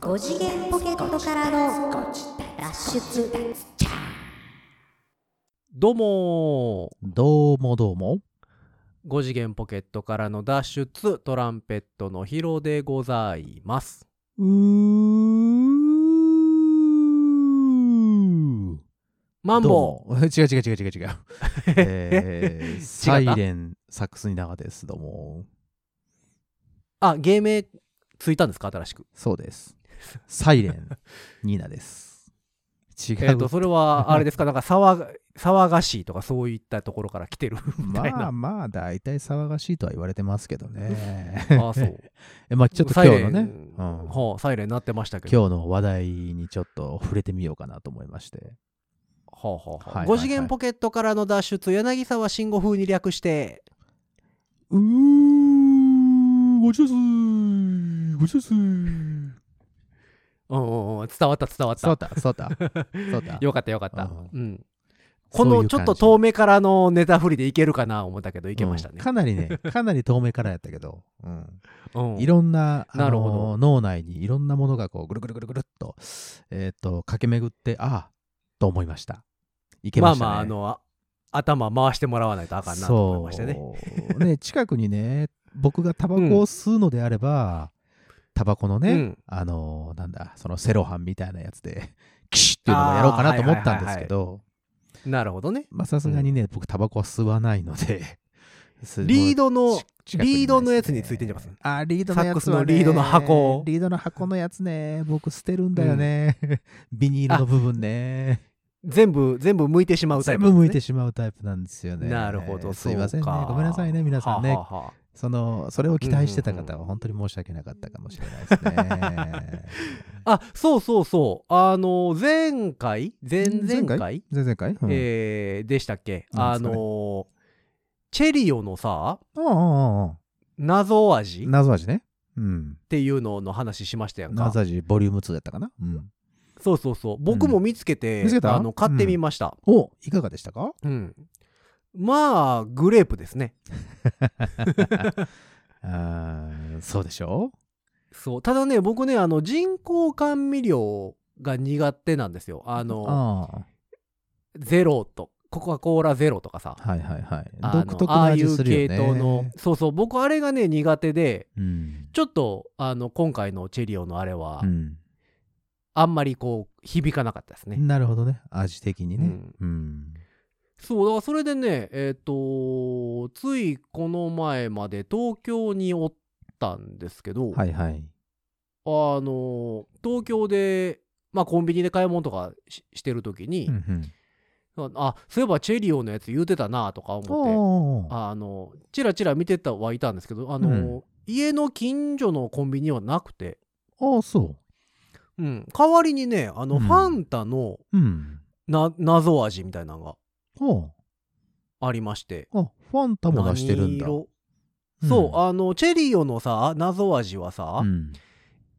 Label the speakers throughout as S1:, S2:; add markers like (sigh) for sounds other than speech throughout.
S1: 5次元ポケットからの脱出
S2: どうも
S3: どうもどうも。
S2: ー5次元ポケットからの脱出トランペットのヒロでございます
S3: うー。
S2: マンボ
S3: どうも違う違う違う違う違う。 (laughs) えー、サイレンサックスに長です。どうも。
S2: ウあ芸名ついたんですか新しく
S3: そうです。サイレンニーナ (laughs) です。違う。
S2: えっ、とそれ
S3: (laughs)
S2: はあれですかなんか騒が騒がしいとかそういったところから来てるみたい
S3: ま
S2: な
S3: あまあ、大体騒がしいとは言われてますけどね。
S2: ああそう、
S3: (laughs) えまあちょっと今日の
S2: サ
S3: ね、
S2: イレ
S3: うん
S2: ン、はあ、サイレンなってましたけど
S3: 今日の話題にちょっと触れてみようかなと思いまして。
S2: はあはあはあ
S3: はいはいはい
S2: 5次元ポケットからの脱出柳沢慎吾風に略して
S3: うーん、ごちそうさーごちそうさー
S2: うんうんうん伝わった伝わった
S3: (laughs) そうだ、そうだ、そうだ。
S2: (laughs) よかったよかった
S3: うん
S2: うんこ
S3: そういう
S2: のちょっと
S3: 感じ
S2: 遠目からのネタ振りでいけるかな思ったけどいけました
S3: うん
S2: ね、
S3: かなりね、かなり遠目からやったけど、うん
S2: うん
S3: いろんな、あのー
S2: なるほど
S3: 脳内にいろんなものがこう、ぐるぐるぐるぐるっと、えーっと、駆け巡って、ああ、と思いました。いけ
S2: ま
S3: ま
S2: あ
S3: したね。
S2: まああのあ頭回してもらわないとあかんなと思いましたね
S3: そうね近くにね、僕がタバコを吸うのであれば、タバコのね、
S2: うん
S3: あのーなんだ、そのセロハンみたいなやつで、 (laughs) キシッっていうのをやろうかなと思ったんですけど、
S2: なるほどね
S3: まあさすがにね、僕タバコは吸わないので (laughs) す
S2: リードの
S3: 近くにないですね
S2: リードのやつについてんじゃいます
S3: あリードのやつはね
S2: サックスのリードの箱
S3: リードの箱のやつね僕捨てるんだよね、 (laughs) ビニールの部分ね
S2: 全部全部向いてしまうタイ
S3: 全
S2: プな
S3: 部
S2: ん
S3: 向
S2: ですね、
S3: いてしまうタイプなんですよね
S2: なるほど
S3: すいませんね
S2: そうか
S3: ごめんなさいね皆さんね
S2: はあはあはあ
S3: そのそれを期待してた方は本当に申し訳なかったかもしれないですね、
S2: (laughs) あそうそうそうあの前回前々
S3: 前
S2: 回
S3: 回前々回、うん
S2: えーでしたっけ
S3: なん
S2: あ
S3: ですかね
S2: のチェリオのさ
S3: うんうんうん
S2: 謎
S3: う
S2: 味っ
S3: ん謎味ねうん
S2: ていうのの話しましたやんか
S3: 謎味ボリューム2やったかな、うん、
S2: そうそうそう僕も見つけて,、
S3: 見つけた
S2: あの買ってみました、
S3: おいかがでしたか
S2: うんまあグレープですね
S3: あーそうでしょ
S2: そうただね僕ねあの人工甘味料が苦手なんですよあの
S3: ああ
S2: ゼロとコカ・コーラゼロとかさ
S3: はいはいはい
S2: あの
S3: 独特な味するよね
S2: ああいう系統のそうそう僕あれがね苦手で
S3: うん
S2: ちょっとあの今回のチェリオのあれは、
S3: うん
S2: あんまりこう響かなかったですね、
S3: なるほどね味的に
S2: う
S3: ね
S2: ん
S3: うん
S2: そうだからそれでねえっ、とついこの前まで東京におったんですけど、
S3: はいはい
S2: あの東京で、まあ、コンビニで買い物とかししてる時に、
S3: うんうん
S2: あそういえばチェリオのやつ言うてたなとか思って
S3: おー
S2: あのチラチラ見てたはいたんですけどあの、
S3: うん
S2: 家の近所のコンビニはなくて、
S3: ああそ
S2: うん、代わりにねあの、
S3: うん
S2: ファンタの
S3: ううん
S2: な謎味みたいなのが
S3: お
S2: ありまして
S3: あファンタも出してるんだ
S2: 何
S3: う
S2: 色そう、
S3: ん
S2: あのチェリオのさ謎味はさ、
S3: うん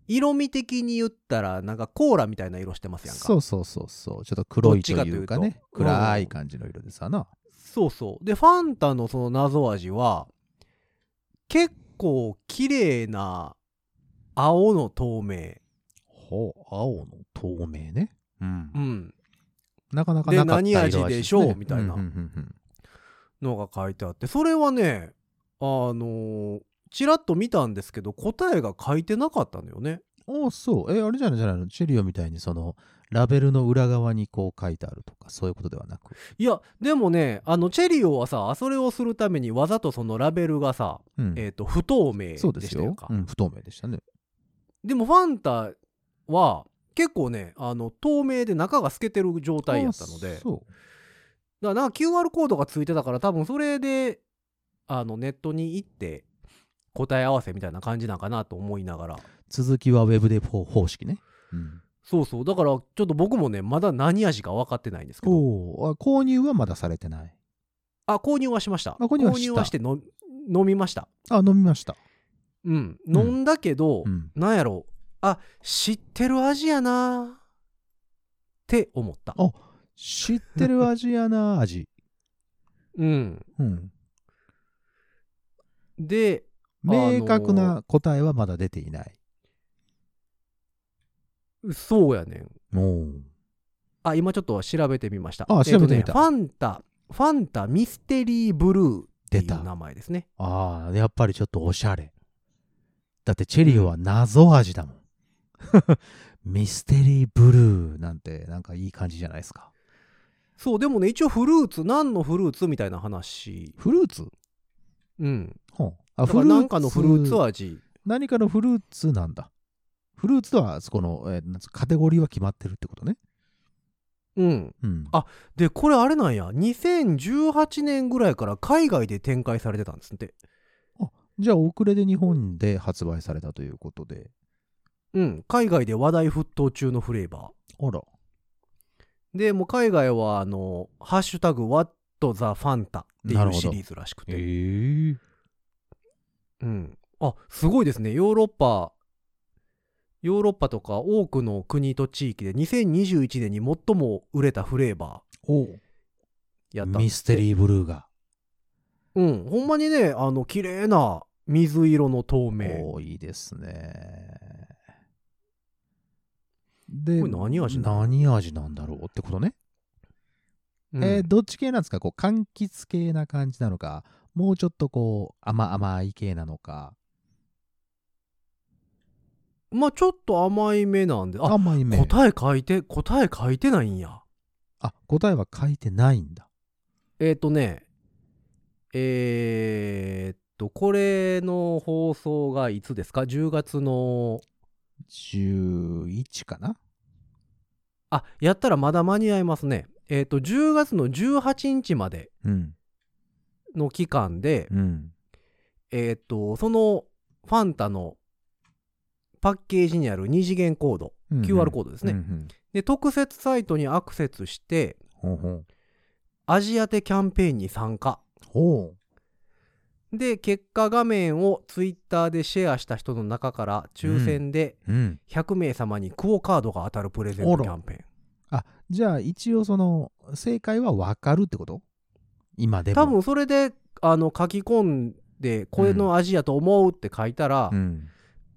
S2: 色味的に言ったらなんかコーラみたいな色してますやんか
S3: そうそうそうそうちょっと黒いというか
S2: どっち
S3: ね
S2: かというと
S3: 暗い感じの色でさな
S2: そうそう。で、ファンタのその謎味は、結構綺麗な青の透明。
S3: ほう青の透明ねうん
S2: うん。
S3: なかなかなかった
S2: で
S3: 色
S2: 何味でしょうみたいな
S3: うんうんうん
S2: のが書いてあって、それはね、あのーちらっと見たんですけど、答えが書いてなかったのよね。
S3: うんああそうえあれじゃないじゃないのチェリオみたいにそのラベルの裏側にこう書いてあるとかそういうことではなく
S2: いや、でもね、あの、チェリオはさ、それをするためにわざとそのラベルがさ、
S3: うん
S2: えっ、と、不透明で
S3: そうです
S2: したやん
S3: よ
S2: か。。
S3: うん、不透明でしたね。
S2: でも、ファンタは、結構ねあの透明で中が透けてる状態やったので
S3: あそ
S2: だからなんか QR コードがついてたから多分それであのネットに行って答え合わせみたいな感じなんかなと思いながら
S3: う。続きはウェブで方方式ね。うん、
S2: そうそうだからちょっと僕もねまだ何味か分かってないんですけど
S3: おーあ購入はまだされてない。
S2: あ購入はしました
S3: あ購入はした
S2: しての飲みました
S3: あ、飲みました。
S2: うん
S3: うん
S2: 飲んだけど、
S3: うん。
S2: なんやろあ知ってる味やなって思った
S3: あ知ってる味やな、味。
S2: うん (laughs)
S3: うん。
S2: で
S3: 明確な答えはまだ出ていない。
S2: そうやねん。
S3: おー
S2: あ、今ちょっと調べてみました。
S3: あ調べてみた
S2: えっとねファンタ、ファンタミステリーブルーってい
S3: 出た
S2: う名前ですね。
S3: ああ、やっぱりちょっとおしゃれ。だってチェリーは謎味だもん。ミステリーブルーなんてなんかいい感じじゃないですか。
S2: そう、でもね、一応フルーツ、何のフルーツみたいな話。
S3: フルーツ
S2: うん。
S3: ほうあ
S2: だからなんかのフルーツ
S3: は
S2: 味。
S3: 何かのフルーツなんだ。フルーツはそこの、えーなんつうカテゴリーは決まってるってことね。
S2: うん。
S3: うん。
S2: あで、これあれなんや。2018年ぐらいから海外で展開されてたんですって。
S3: じゃあ遅れで日本で発売されたということで。
S2: うん。海外で話題沸騰中のフレーバー。
S3: あら。
S2: でもう海外はあの「ハッシュタグ #What the Fanta」って
S3: な
S2: う
S3: いるほど
S2: シリーズらしく
S3: ええ
S2: て、うん、あすごいですねヨーロッパヨーロッパとか多くの国と地域で2021年に最も売れたフレーバ
S3: お
S2: ーやった
S3: ミステ
S2: ー
S3: リーブルーが。
S2: うんほんまにねあの綺麗な水色の透明
S3: 多いですね。で、
S2: これ何味なの
S3: 何味なんだろうってことね。
S2: うん
S3: えーどっち系なんですかこう、柑橘系な感じなのか、もうちょっとこう、甘甘い系なのか、
S2: まあちょっと甘い目なんであ
S3: 甘いめ。
S2: 答え書いて答え書いてないんや
S3: あ、答えは書いてないんだ。
S2: えっ、ー、とね、えー、っと、これの放送がいつですか ?10 月の、
S3: 11かな
S2: あ、やったらまだ間に合いますね。えっ、と、10月の18日まで
S3: うん。
S2: の期間で、
S3: うん。
S2: えっ、と、そのファンタのパッケージにある二次元コード、QR コードですね、
S3: うんうん
S2: で、特設サイトにアクセスして、
S3: ほうほう。
S2: アジアテキャンペーンに参加。
S3: ほ
S2: で、結果画面をツイッターでシェアした人の中から抽選で、
S3: う。うん。
S2: 100名様にクオカードが当たるプレゼン
S3: あ
S2: ト
S3: ら
S2: キャンペーン
S3: あ、じゃあ一応その、正解はわかるってこと今でも。
S2: 多分それであの書き込んで「これの味やと思う」って書いたら、
S3: うん。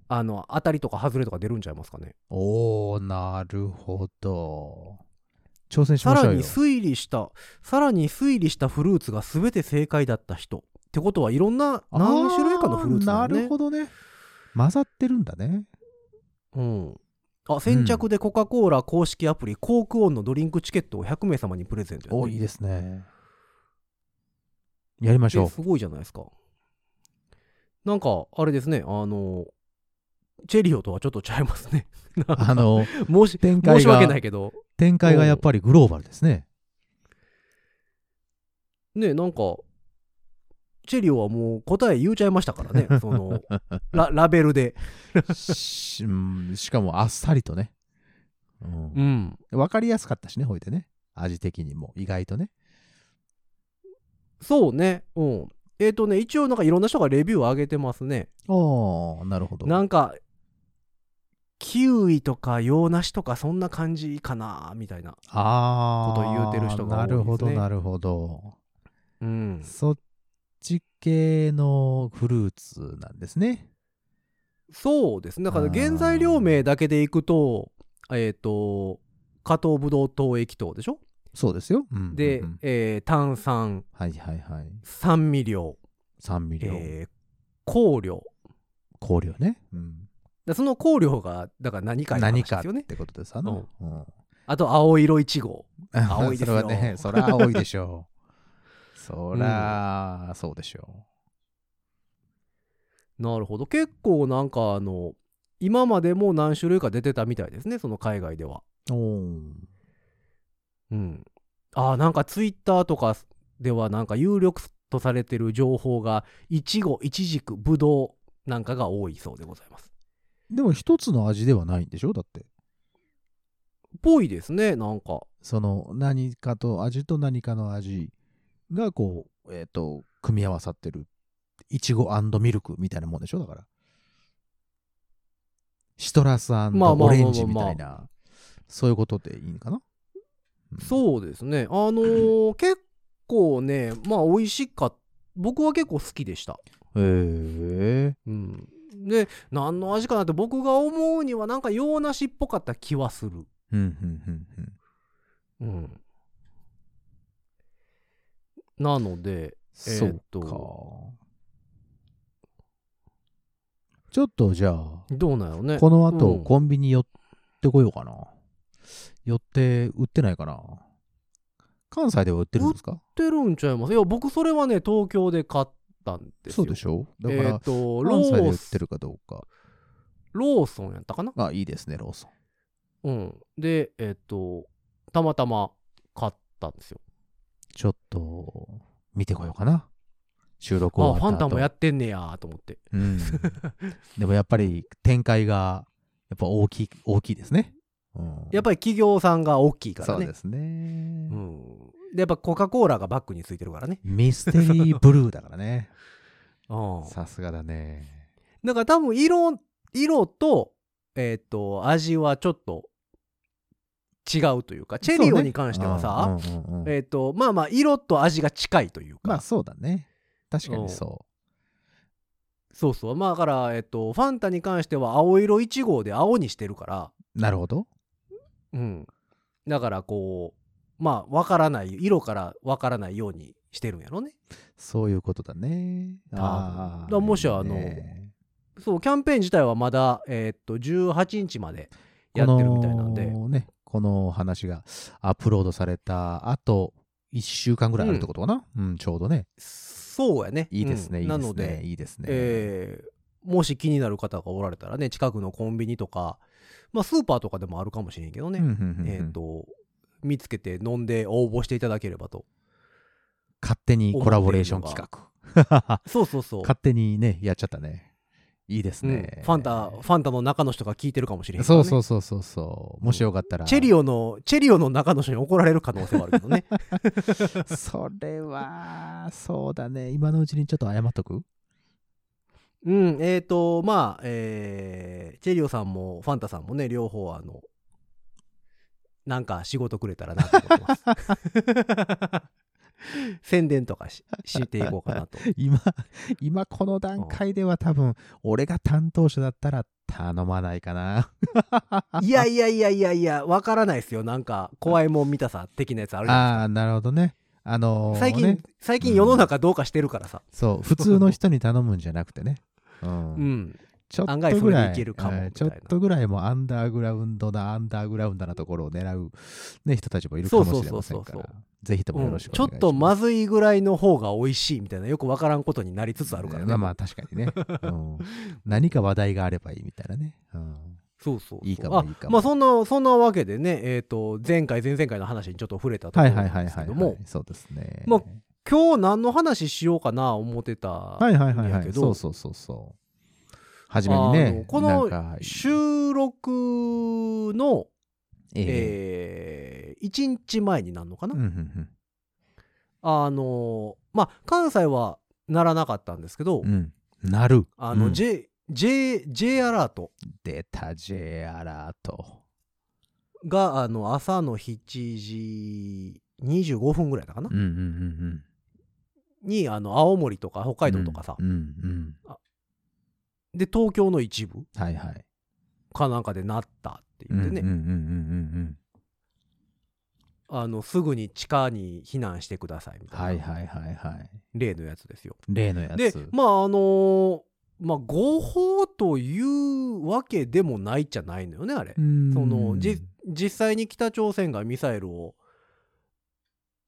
S2: あの当たりとか外れとか出るんちゃいますかね
S3: おー、なるほど。挑戦し
S2: さ
S3: ましょ
S2: ら
S3: う
S2: に
S3: よ。
S2: 推理したさらに推理したフルーツが全て正解だった人ってことはいろんな
S3: あー
S2: 何種類かのフルーツだよね
S3: なるほどね。混ざってるんだね。
S2: うんあ先着でコカ・コーラ公式アプリ、コークオンのドリンクチケットを100名様にプレゼントやって
S3: おいいですね。やりましょ
S2: えすごいじゃないですかなんかあれですねあのチェリオとはちょっとちゃいますね (laughs)
S3: う。あの、
S2: 申し
S3: 展開が
S2: 申し訳ないけど
S3: 展開がやっぱりグローバルですね。
S2: ねなんかチェリオはもう答え言うちゃいましたからねそ
S3: (laughs)
S2: のララベルで
S3: しうんしかもあっさりとね。うん
S2: うん
S3: わかりやすかったしね、ほいでね。味的にも、意外とね。
S2: そうねうんえっ、とね一応なんかいろんな人がレビューを上げてますね
S3: おー、なるほど。
S2: なんかキウイとか洋梨とかそんな感じかなみたいな
S3: あー
S2: こと言うてる人が多
S3: ない
S2: ですね
S3: るほど、なるほど。
S2: うん
S3: そっち系のフルーツなんですね。
S2: そうですね。だから
S3: あー
S2: 原材料名だけでいくと、えっ、と、加糖ブドウ糖液糖でしょ、
S3: そうですよ。うんうんうん
S2: で、えー炭酸、
S3: はいはいはい。
S2: 酸味料、
S3: 酸味料、
S2: えー香料。
S3: 香料ね。うん
S2: だその香料が、だから何か
S3: 何
S2: 何か
S3: か
S2: ですよ
S3: っ
S2: ね。
S3: てことですよね。うん
S2: あと、青色いちご。青いですよ
S3: (laughs) それはね、そら青いでしょう。そら、そうでしょ
S2: なるほど。結構なんか、あの、今までも何種類か出てたみたいですね、その海外では。
S3: う。お
S2: うん。あーなんかツイッターとかではなんか有力とされてる情報がいちごいちじくぶどうなんかが多いそうでございます。
S3: でも一つの味ではないんでしょだって。
S2: ぽいですねなんか。
S3: その何かと味と何かの味がこう、えっ、と、組み合わさってる。いちごミルクみたいなもんでしょだから。シトラス
S2: まあまあまあまあ
S3: オレンジみたいな。そういうことでいいんかなう
S2: そうですねあのー結構ねまあ美味しかっ僕は結構好きでした。
S3: ん。へえ
S2: うん、で何の味かなって僕が思うにはなんか洋梨っぽかった気はする
S3: うんうんうんうん。
S2: うんなので
S3: そう
S2: えーっと
S3: か。ちょっとじゃあ、
S2: どうなのね
S3: この後、
S2: うん
S3: コンビニ寄ってこようかな。寄って売ってないかな。関西では売ってるんですか
S2: 売ってるんちゃいますいや僕それはね東京で買ったんですよ
S3: そうでしょだから、
S2: えーっとロ
S3: 関西で売
S2: ー
S3: って
S2: ス
S3: るかどうか。
S2: ローソンやったかな
S3: あ、いいですね、ローソン。
S2: うんでえーっとたまたま買ったんですよ
S3: ちょっと、見てこようかな。収録
S2: あ
S3: を。
S2: ファンタもやってんねやと思って
S3: うん。でもやっぱり、展開が、やっぱ大きい、大きいですね。うん、
S2: やっぱり企業さんが大きいからね
S3: そうですね。
S2: うん、でやっぱコカ・コーラがバッグについてるからね
S3: ミステリーブルーだからね。
S2: うん
S3: さすがだね。
S2: だから多分色色とえーっ、と味はちょっと違うというかチェリオに関してはさ、
S3: そうね、うんうんうん
S2: えーっ、とまあまあ色と味が近いというか、
S3: まあそうだね。確かにそ
S2: そうそうまあだからえーっ、とファンタに関しては青色1号で青にしてるから
S3: う。なるほど。
S2: うんだからこうまあわからない色からわからないようにしてるんやろね
S3: そういうことだね。
S2: 分
S3: あ
S2: だ
S3: あ
S2: からもしあの
S3: いいね
S2: そうキャンペーン自体はまだえーっ、と18日までやってるみたいなんで
S3: このね、この話がアップロードされたあと1週間ぐらいあるってことかな、うんちょうどね。
S2: そうやね
S3: いいですね、
S2: うん
S3: いい
S2: な
S3: で
S2: の
S3: す
S2: で
S3: ね。いいですね。
S2: えーもし気になる方がおられたらね近くのコンビニとか、まあ、スーパーとかでもあるかもしれんけどね、
S3: うんうんうんうん
S2: えっ、と見つけて飲んで応募していただければと
S3: 勝手にコラボレーション企画。
S2: そうそう (laughs) そう、
S3: 勝手にね、やっちゃったね。いいです
S2: うん
S3: ね。
S2: ファンタファンタの中の人が聞いてるかもしれんけど
S3: そ
S2: ね
S3: うそうそうそうそう。もしよかったら。
S2: チェリオのチェリオの中の人に怒られる可能性はあるけどね
S3: (laughs) それは、そうだね。今のうちにちょっと謝っとく
S2: うんえっ、とまあえーチェリオさんもファンタさんもね両方あのなんか仕事くれたらなと思ってます
S3: (laughs)
S2: 宣伝とかししていこうかなと
S3: 今、今この段階では多分、俺が担当者だったら頼まないかな。
S2: いやいやいやいやいや、わからないですよ。なんか、怖いもん見たさ、的なやつあるじゃない
S3: ああ、なるほどね。あのー
S2: 最近、
S3: ね、
S2: 最近世の中どうかしてるからさ。
S3: そう、普通の人に頼むんじゃなくてね。うん
S2: うん。
S3: ちょっ
S2: 案
S3: と
S2: 外そ
S3: ぐ
S2: れ
S3: ら
S2: で
S3: い
S2: いけるかも
S3: えー
S2: み
S3: ち
S2: た
S3: ょ
S2: い
S3: っ
S2: な
S3: とぐらいもうアンダーグラウンドな、アンダーグラウンドなところを狙う、ね、人たちもいるかもしれませんか
S2: そうそうそうそう
S3: ら、ぜひともよろしくお
S2: ちょ
S3: 願いします。
S2: っとまずいぐらいの方が美味しいみたいな、よくわからんことになりつつあるからね。
S3: まあまあ確かにね、
S2: (laughs)
S3: うん何か話題があればいいみたいなね、うん
S2: そうそうそう
S3: いいかもいいか
S2: あ
S3: も
S2: まあ、そんな、そんなわけでね、えっ、と、前回、前々回の話にちょっと触れたとこ
S3: は
S2: ろ
S3: いはいは
S2: ないんで
S3: はい
S2: す
S3: は
S2: け
S3: い
S2: ども、
S3: そうですね
S2: ま今日何の話しようかな、思ってた。
S3: はいはいはい
S2: や
S3: は
S2: け
S3: い
S2: ど
S3: そうそうそうそう初めにね
S2: あのこの
S3: なんか
S2: 収録の、
S3: ええ
S2: えー、1日前になるのかな、
S3: うんうん
S2: あのまあ関西はならなかったんですけど、
S3: うんうんなる
S2: あの
S3: うん
S2: J,、J, J アラート
S3: 出た J アラート
S2: があの朝の7時25分ぐらいだかな、
S3: うんうんうん
S2: にあの青森とか北海道とかさ、
S3: うんうん
S2: で東京の一部
S3: うんはいはい
S2: かなんかでなったって
S3: うん
S2: 言
S3: う
S2: っ
S3: んう
S2: て
S3: んうん
S2: ね、
S3: うん
S2: あのすぐに地下に避難してくださいみたいな、
S3: はいはいはいはい
S2: 例のやつですよ。
S3: 例のや
S2: で
S3: つ
S2: まああのーまあ合法というわけでもないじゃないのよねあれ。そのじ実際に北朝鮮がミサイルを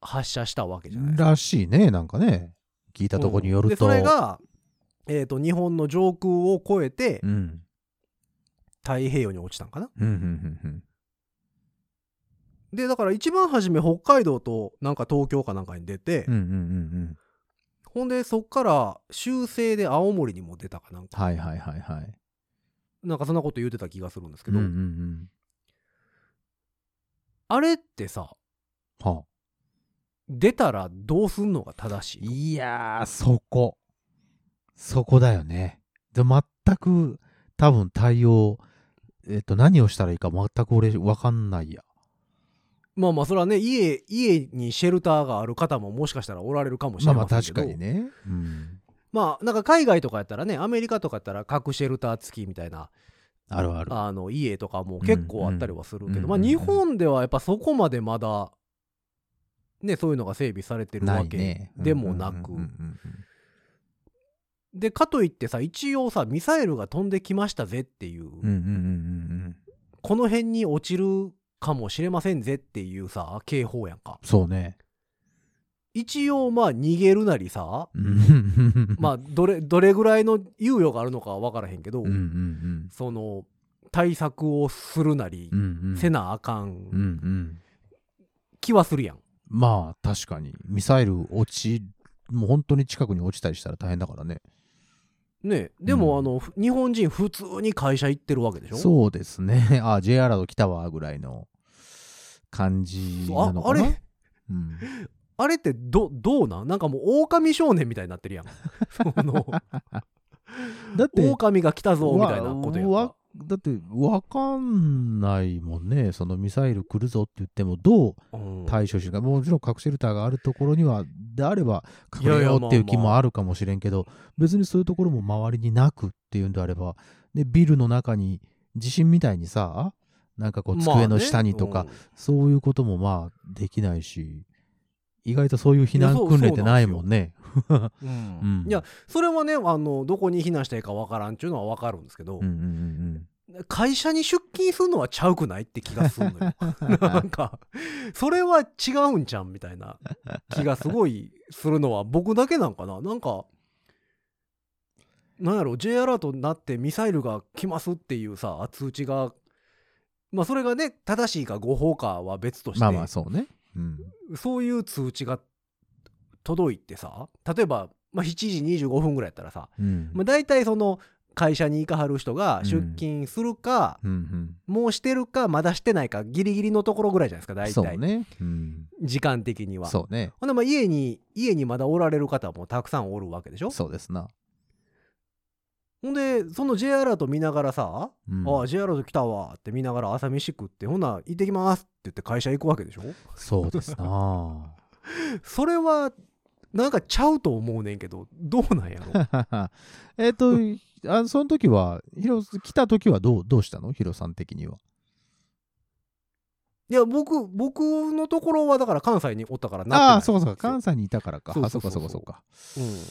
S2: 発射したわけじゃないですから
S3: しいねなんかね聞いたとこによると
S2: うんでそれが、えー、と日本の上空を越えて
S3: うん
S2: 太平洋に落ちたんかな
S3: うんうんうんうん
S2: でだから一番初め北海道となんか東京かなんかに出て、
S3: うんうんうん
S2: ほんでそっから修正で青森にも出たかなん
S3: うん
S2: か
S3: はいはいはいはい
S2: なんかそんなこと言ってた気がするんですけ
S3: うん
S2: ど、
S3: うんうん
S2: あれってさ
S3: はあ
S2: 出たらどうすんのが正しいの
S3: いやーそこそこだよねで全く多分対応えっと何をしたらいいか全く俺分かんないや
S2: まあまあそれはね家家にシェルターがある方ももしかしたらおられるかもしれ
S3: まあまあ
S2: ませんけ
S3: 確
S2: ど、
S3: かにねうん
S2: まあなんか海外とかやったらねアメリカとかやったら核シェルター付きみたいな
S3: あるある。
S2: あの家とかも結構あったりはするけど、
S3: うん
S2: まあ
S3: うん
S2: 日本ではやっぱそこまでまだねそういうのが整備されてる
S3: な
S2: わ
S3: い
S2: け、
S3: ね。
S2: でもなく
S3: うんうんうんうん
S2: でかといってさ一応さミサイルが飛んできましたぜっていう、
S3: うんうんうんうんうん。
S2: この辺に落ちるかもしれませんぜっていうさ警報やんか
S3: そうね。
S2: 一応まあ逃げるなりさま
S3: あ、
S2: あどれどれぐらいの猶予があるのかは分からへんけど、
S3: (laughs) うんうん
S2: その対策をするなり
S3: うん。うんうん。
S2: せなあか
S3: うんんうん。
S2: 気はするやん、
S3: まあ、確かに。ミサイル落ち、もう本当に近くに落ちたりしたら大変だからね。
S2: ねで
S3: う
S2: も、
S3: ん
S2: あのふ日本人普通に会社行ってるわけでしょ
S3: そうですね。 (laughs) あ、J アラート来たわ、ぐらいの感じな
S2: あ
S3: の
S2: あ
S3: かな。
S2: れ
S3: うん
S2: あれってどどうなんなんかもう狼少年みたいになってる
S3: (laughs)
S2: やんその
S3: だって、
S2: 狼が来たぞみたいなことやん
S3: わわ
S2: か
S3: だって、わかんないもんね。そのミサイル来るぞって言っても、どう
S2: うん
S3: 対処してるか。もちろん核シェルターがあるところには、であれば、
S2: い
S3: 隠
S2: やいや
S3: れようっていう
S2: まあ
S3: 気
S2: まあ
S3: もあるかもしれんけど、別にそういうところも周りになくっていうんであれば、で、ビルの中に、地震みたいにさ、なんかこう、机の下にとか、
S2: まあね
S3: そういうこともまあできないし、意外とそういう避
S2: い
S3: 難
S2: やそう
S3: 訓練ってないもんね。
S2: うんうん
S3: うん
S2: いやそれはねあのどこに避難したらいいかわからんっていうのは分かるんですけど、
S3: うんうん
S2: 会社に出勤するのはちゃうくないって気がする
S3: (laughs)
S2: のよなんかそれは違うんじゃんみたいな気がすごいするのは僕だけなんかななんかなんやろ J アラートになってミサイルが来ますっていうさ通知がまあそれがね正しいか誤報かは別として、
S3: まあまあそうね。うん
S2: そういう通知が届いてさ例えば、まあ、7時25分ぐらいやったらさ、
S3: うん
S2: まあ、大体その会社に行かはる人が出勤するか、
S3: うん
S2: もうしてるかまだしてないかギリギリのところぐらいじゃないですか
S3: う
S2: 大
S3: ん。そう
S2: 体、
S3: ね。うん
S2: 時間的には
S3: そうね。
S2: ほんでまあ家に家にまだおられる方もたくさんおるわけでしょ
S3: そうですな。
S2: ほんでその J アラート見ながらさ「
S3: うん
S2: ああ J アラート来たわ」って見ながら朝飯食って「ほな行ってきます」って言って会社行くわけでしょ
S3: そうですな。 (laughs)
S2: それはなんかちゃうと思うねんけどどうなんやろ
S3: えっと、あその時は、ヒロ、来た時はどう、どうしたのヒロさん的には。
S2: いや僕僕のところはだから関西におったからなってない
S3: ああー、そうかそうか。関西にいたからか。
S2: そう
S3: あ、
S2: そ
S3: そう
S2: そう
S3: うか
S2: そ
S3: そううかそうか。
S2: うん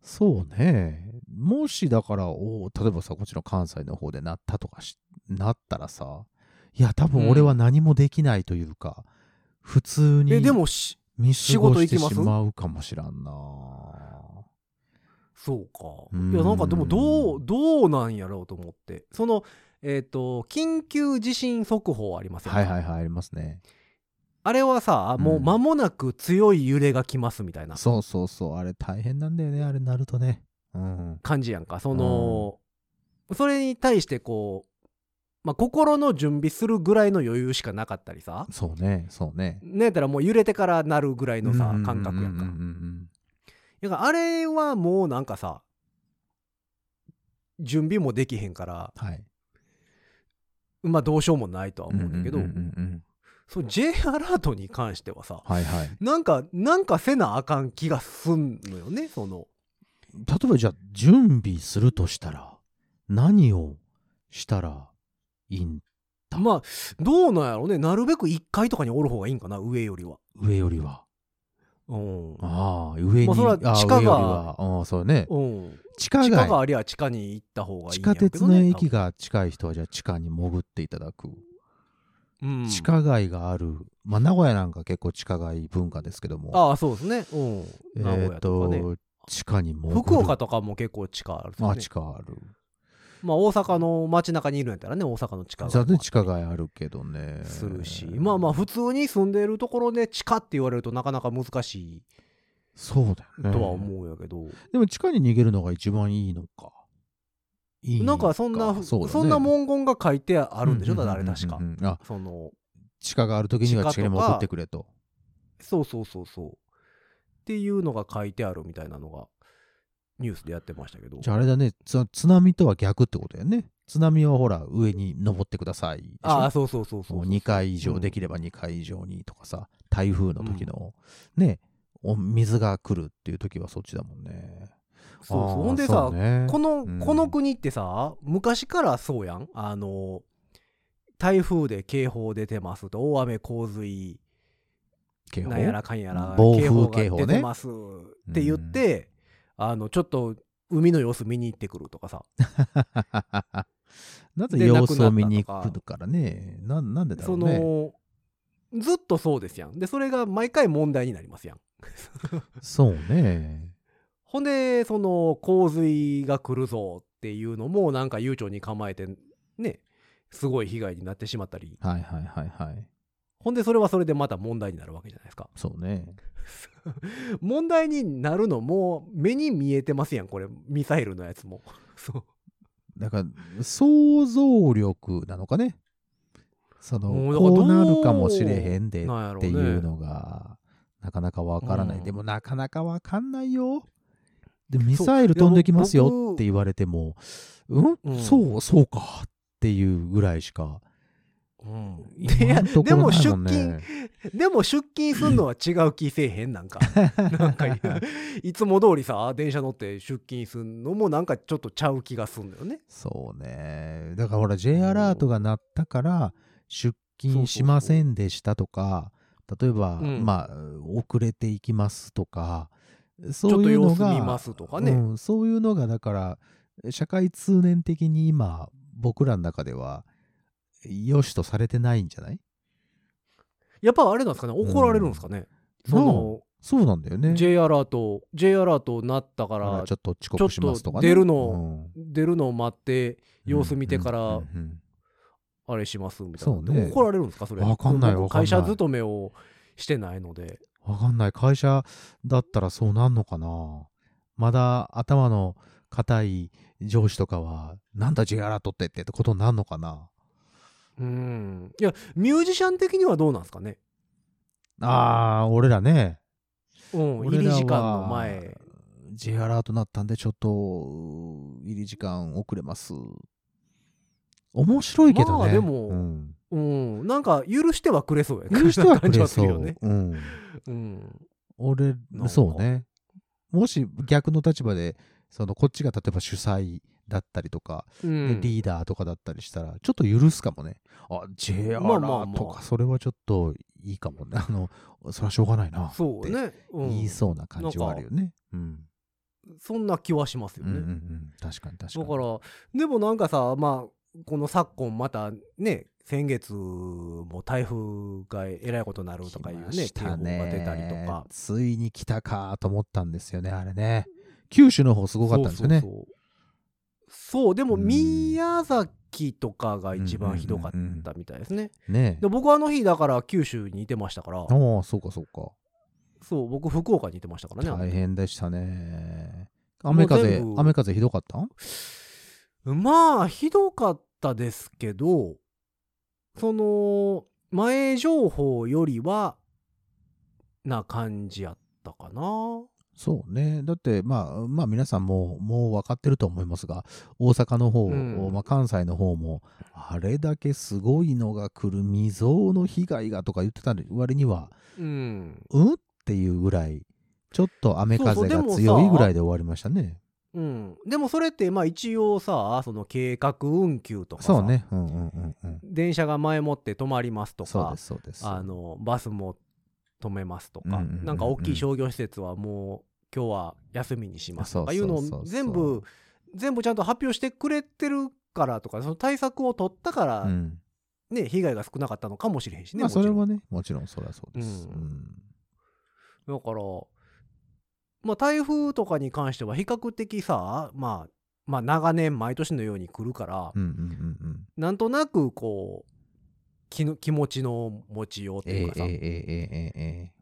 S3: そうね。もしだから、お例えばさ、こっちの関西の方でなったとかし、なったらさ、いや、多分俺は何もできないというか、普通に
S2: えでもし
S3: 見過ごして
S2: 仕事行きます
S3: しまうかもしらんな。
S2: そうか。
S3: うん
S2: いやなんかでもどうどうなんやろうと思ってそのえっ、と緊急地震速報ありますよね、
S3: はいはいはい、ありますね。
S2: あれはさもう間もなく強い揺れが来ますみたいな
S3: そうそうそう、あれ大変なんだよね、あれなるとね。うん。
S2: 感じやんかその、それに対してこう、まあ、心の準備するぐらいの余裕しかなかったりさ
S3: そうね、そうね。
S2: なんやったらもう揺れてからなるぐらいのさ感覚やんか
S3: うんうんうん
S2: だからあれはもうなんかさ準備もできへんから
S3: うん。はい。
S2: まあどうしようもないとは思うんだけど、
S3: うんうんうん
S2: そう J アラートに関してはさ
S3: はいはい。
S2: なんかなんかせなあかん気がすんのよねその
S3: 例えばじゃあ準備するとしたら何をしたらいいん
S2: まあどうなんやろうねなるべく1階とかにおる方がいいんかな上よりは
S3: 上よりは
S2: うん、
S3: ああ上に、
S2: まあそれは
S3: ああ
S2: 地下が
S3: 上よりはうんそうね
S2: うん、
S3: 地下街
S2: 地下がありゃ地下に行った方がいい
S3: 地
S2: んや
S3: 下
S2: けど、ね、
S3: 鉄の駅が近い人はじゃあ地下に潜っていただ
S2: 多
S3: く、
S2: 分、うん
S3: 地下街があるまあ名古屋なんか結構地下街文化ですけども
S2: ああそうですねうん名古
S3: えっ、
S2: 屋とか
S3: と、
S2: ね、
S3: 地下に潜る
S2: 福岡とかも結構地下あるっすよ
S3: あ
S2: ね
S3: 地下ある
S2: まあ大阪の街中にいるんやったらね大阪の地下
S3: 全然
S2: が
S3: 地下街あるけどね
S2: するしまあまあ普通に住んでるところで地下って言われるとなかなか難し
S3: そうだ
S2: い
S3: よね
S2: とは思うんやけど、
S3: でも地下に逃げるのが一番いいのか。いい
S2: なんかそんなふそ,、
S3: うだね
S2: んな文言が書いてあるんでしょ、
S3: ううう
S2: だからあれ確か、
S3: うんうんうんあ
S2: その
S3: 地下がある時に
S2: 地下
S3: は
S2: とか
S3: 地下に戻ってくれと。
S2: そうそうそうそうっていうのが書いてあるみたいなのがニュースでやってましたけど
S3: じゃああれだね、つ津波とは逆ってことだよね。津波はほら、上に登ってくださいでしょ。
S2: ああそうそうそうそう
S3: も
S2: そうう
S3: 2回
S2: う
S3: 以上、
S2: ん
S3: できれば2回以上にとかさ、台風の時の、ね、お水が来るっていう時はそっちだもんね。
S2: そうそう
S3: あー
S2: ほんでさ
S3: そうね
S2: この、
S3: うん
S2: この国ってさ昔からそうやんあの台風で警報出てますと大雨洪水
S3: 警報
S2: なんやらかんやら
S3: 暴風
S2: 警
S3: 警
S2: 報が
S3: 報ね
S2: 出てますって言って、あのちょっと海の様子見に行ってくるとかさ
S3: (laughs) なぜ
S2: で
S3: 様子
S2: 亡くなったとか
S3: を見に来るからねななんでだろ
S2: そう
S3: ね
S2: のずっとそうですやんでそれが毎回問題になりますやん
S3: そうね
S2: ほんでその洪水が来るぞっていうのもなんか悠長に構えてねすごい被害になってしまったり
S3: はいはいはいはい
S2: ほんでそれはそれでまた問題になるわけじゃないですか
S3: そうね
S2: 問題になるのも目に見えてますやんこれミサイルのやつも (laughs) そう
S3: だから想像力なのかねその
S2: もうだから
S3: こ
S2: どう
S3: うなるかもしれへんでっ
S2: なんやろう
S3: て
S2: ね
S3: いうのがなかなかわからない、
S2: うん
S3: でもなかなかわかんないよでミサイル飛んできます
S2: いや
S3: よ
S2: 僕
S3: って言われてもうん、
S2: うん
S3: そうそうかっていうぐらいしか
S2: うんい
S3: 今
S2: や
S3: のとこ
S2: で
S3: ろ
S2: も
S3: ない
S2: 出
S3: もんね
S2: 勤でも出勤すんのは違う気せえへんなん
S3: (laughs)
S2: かなんかいつも通りさ電車乗って出勤すんのもなんかちょっとちゃう気がすんのよね
S3: そうねだからほら J アラートが鳴ったから出勤しませんでしたとか例えば、
S2: うん
S3: まあ遅れていきますとか
S2: ちょ
S3: そ
S2: っ
S3: う
S2: と
S3: いう
S2: 様
S3: の
S2: 子見ま
S3: が
S2: すとかね、
S3: うん、そういうのがだから社会通念的に今僕らの中では良しとされてないんじゃない
S2: やっぱあれなんですかね怒られるんですかね、その
S3: そうなんだよね。
S2: J アラート J アラートなったか
S3: あら
S2: ら
S3: ちょっと遅刻しますとかね。
S2: ちょっと出るの出るのを待って
S3: うん
S2: 様子見てから
S3: うんうん
S2: あれしますみたいな、
S3: そうね
S2: 怒られるんですかそれ
S3: わかんない
S2: 僕
S3: わかん
S2: 会
S3: ない
S2: 社勤めをしてないので
S3: わかんない会社だったらそうなんのかなまだ頭の固い上司とかはなんだ J アラートってってってことになるのかな
S2: うんいやミュージシャン的にはどうなんですかね
S3: あー俺らね
S2: うん入
S3: 俺
S2: り
S3: らは
S2: 時間の前
S3: J アラートなったんでちょっとうー入り時間遅れます面白いけどね
S2: まあでも
S3: うん
S2: うんなんか許してはくれそうやね
S3: (laughs) 許してはく
S2: 感
S3: れそ
S2: じはするよ
S3: う、
S2: ね
S3: うん、
S2: うん
S3: 俺
S2: なんか
S3: そうねもし逆の立場でそのこっちが例えば主催だったりとか
S2: う
S3: で
S2: ん
S3: リーダーとかだったりしたらちょっと許すかもねあ J アラ
S2: まあまあま
S3: ー
S2: あ
S3: とかそれはちょっといいかもねあのそれはしょうがないな
S2: そうね、うん、
S3: 言いそうな感じはあるよねうん
S2: そんな気はしますよ
S3: うんうんう
S2: ね、
S3: ん確かに確か
S2: だ
S3: に
S2: からでもなんかさまあこの昨今またね先月も台風がえらいことになるとかいう
S3: 来ま
S2: ね
S3: し
S2: 警報
S3: た
S2: が
S3: ね
S2: 出たりとか
S3: ついに来たかと思ったんですよねあれね九州の方すごかったんですよね
S2: そうそうそうそうでも
S3: うん
S2: 宮崎とかが一番ひどかったみたいですね、
S3: ねえ
S2: で僕はあの日だから九州にいてましたから
S3: ああそうかそうか
S2: そう僕福岡にいてましたからねあの
S3: 大
S2: 日
S3: 変でしたね
S2: う
S3: 雨風
S2: 全部
S3: 雨風ひどかったん
S2: まあひどかったですけどその前情報よりはな感じやったかな
S3: そうね。だって、まあ、まあ皆さんもう、もう分かってると思いますが、大阪の方、
S2: うん
S3: まあ、関西の方も、あれだけすごいのが来る未曾有の被害がとか言ってた割には、
S2: うん、
S3: うんっていうぐらい、ちょっと雨
S2: そうそう
S3: 風
S2: で
S3: が
S2: もさ
S3: 強いぐらいで終わりましたね。
S2: うん、でもそれってまあ一応さその計画運休とかさ
S3: そうね。うんうんうんうん。
S2: 電車が前もって止まりますと
S3: そう
S2: か
S3: です、そうです。
S2: あのバスも止めますとか、
S3: うんうんうんうん
S2: なんか大きい商業施設はもう今日は休みにしますとかいうの
S3: そうそうそう
S2: を
S3: そう
S2: 全部全部ちゃんと発表してくれてるからとかその対策を取ったから、
S3: うん。
S2: ね被害が少なかったのかもしれへんしね、
S3: まあ、
S2: もちろ
S3: そ
S2: ん
S3: れはね、もちろんそれはそうです。
S2: うん
S3: うん
S2: だから、まあ、台風とかに関しては比較的さ、まあ、まあ長年毎年のように来るから、
S3: うんうんうんうん。
S2: なんとなくこう気の気持ちの持ちようと
S3: ええ
S2: い
S3: え
S2: うかさ、
S3: ええええええ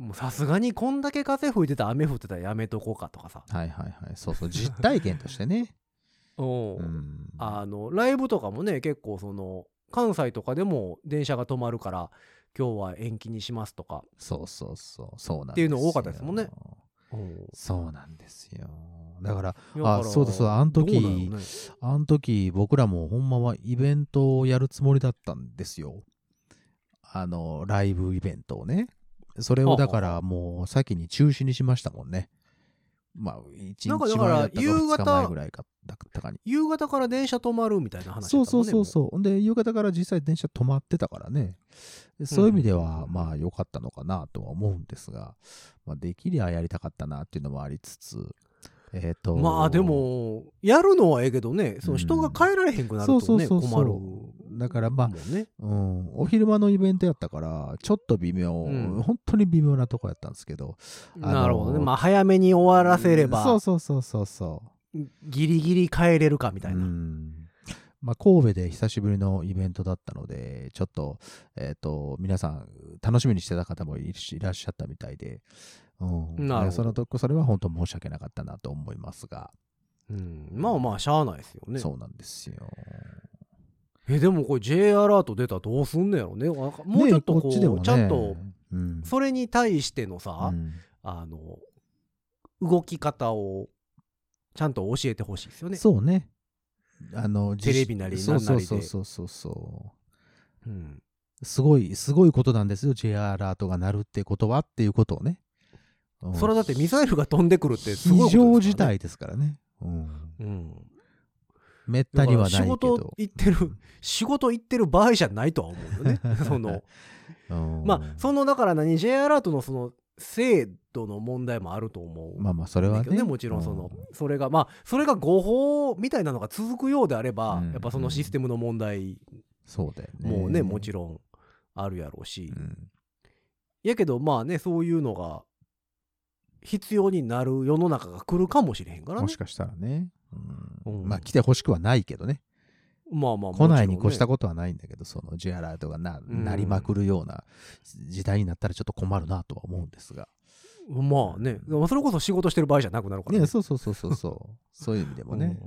S2: もうさすがにこんだけ風吹いてた雨降ってたらやめとこうかとかさ、
S3: えはいはいはい。そうそう。実体験としてね。
S2: おう
S3: うん。
S2: あのライブとかもね結構その関西とかでも電車が止まるから今日は延期にしますとか、
S3: そうそうそうそうなん
S2: っていうの多かったですもんね
S3: そうなんですよだから
S2: だから
S3: そうだそうだあの時
S2: どうだろうね
S3: あの時僕らもほんまはイベントをやるつもりだったんですよあのライブイベントをねそれをだ
S2: は
S3: か
S2: あは
S3: らもう先に中止にしましたもんねまあ、一
S2: なんか
S3: 日
S2: だ
S3: 前
S2: から
S3: だったか
S2: 夕
S3: 2
S2: 方
S3: 日前ぐらいかだったかに。
S2: 夕方から電車止まるみたいな話
S3: そうそうそう
S2: う
S3: そう。ほんで、夕方から実際電車止まってたからね。でそういう意味では、
S2: うん
S3: まあ、良かったのかなとは思うんですが、まあ、できりゃやりたかったなっていうのもありつつ、えっ、と。
S2: まあで、もやるのはええけどねその人が帰られへんくなるとね
S3: そうそうそう
S2: 困る
S3: そうだからまあ
S2: もんね
S3: うん、お昼間のイベントやったから、ちょっと微妙、
S2: うん
S3: 本当に微妙なとこやったんですけど。あのー
S2: なるほどねまあ早めに終わらせれ
S3: そ
S2: ば
S3: うそうそうそうそう。
S2: ギリギリ帰れるかみたいな、
S3: うんまあ、神戸で久しぶりのイベントだったので、ちょっと、えっ、と、皆さん、楽しみにしてた方もいしいらっしゃったみたいで、うん、
S2: なるほど
S3: そのとこ、それは本当申し訳なかったなと思いますが、
S2: うんまあまあしゃあないですよね
S3: そうなんですよ。
S2: えでもこれ J アラート出たらどうすんのやろねなんかもうちょっと
S3: ね
S2: こう
S3: っちでもね
S2: ちゃんと、
S3: うん、
S2: それに対してのさ、
S3: うん
S2: あの動き方をちゃんと教えてほしいですよね。
S3: そうね。あの、
S2: テレビなり
S3: 実施
S2: なんなりで
S3: そうそうそうそうそう。
S2: うん
S3: すごい、すごいことなんですよ。J アラートが鳴るってことはっていうことをね。うん
S2: それはだってミサイルが飛んでくるってすごい
S3: 非
S2: こと
S3: 常
S2: です
S3: 事
S2: からね
S3: 態ですからね。うん。
S2: うん
S3: めった
S2: だか
S3: には
S2: ら
S3: ない
S2: 仕
S3: け
S2: 事
S3: ど。
S2: 行ってる仕事行ってる場合じゃないとは思うよ
S3: (laughs)
S2: ねその
S3: うん
S2: まあそのだから何 J アラートのその制度の問題もあると思う
S3: まあまあ、それは
S2: だけどね
S3: ね。
S2: もちろんその、それがまあそれが誤報みたいなのが続くようであれば、
S3: うん
S2: やっぱそのシステムの問題
S3: そうだよね。
S2: もね、もちろんあるやろうし、
S3: うん
S2: やけどまあねそういうのが必要になる世の中が来るかもしれへんからね
S3: もしかしたらね。う
S2: うん
S3: んまあ、来てほしくはないけどね。
S2: まあまあ
S3: 来ないに越
S2: こ
S3: したことはないんだけど、その J アラートがな
S2: うん
S3: 鳴りまくるような時代になったらちょっと困るなとは思うんですが。
S2: まあねそれこそ仕事してる場合じゃなくなるから、
S3: ね、そうそうそうそ
S2: (laughs)
S3: うそう。そういう意味でもね。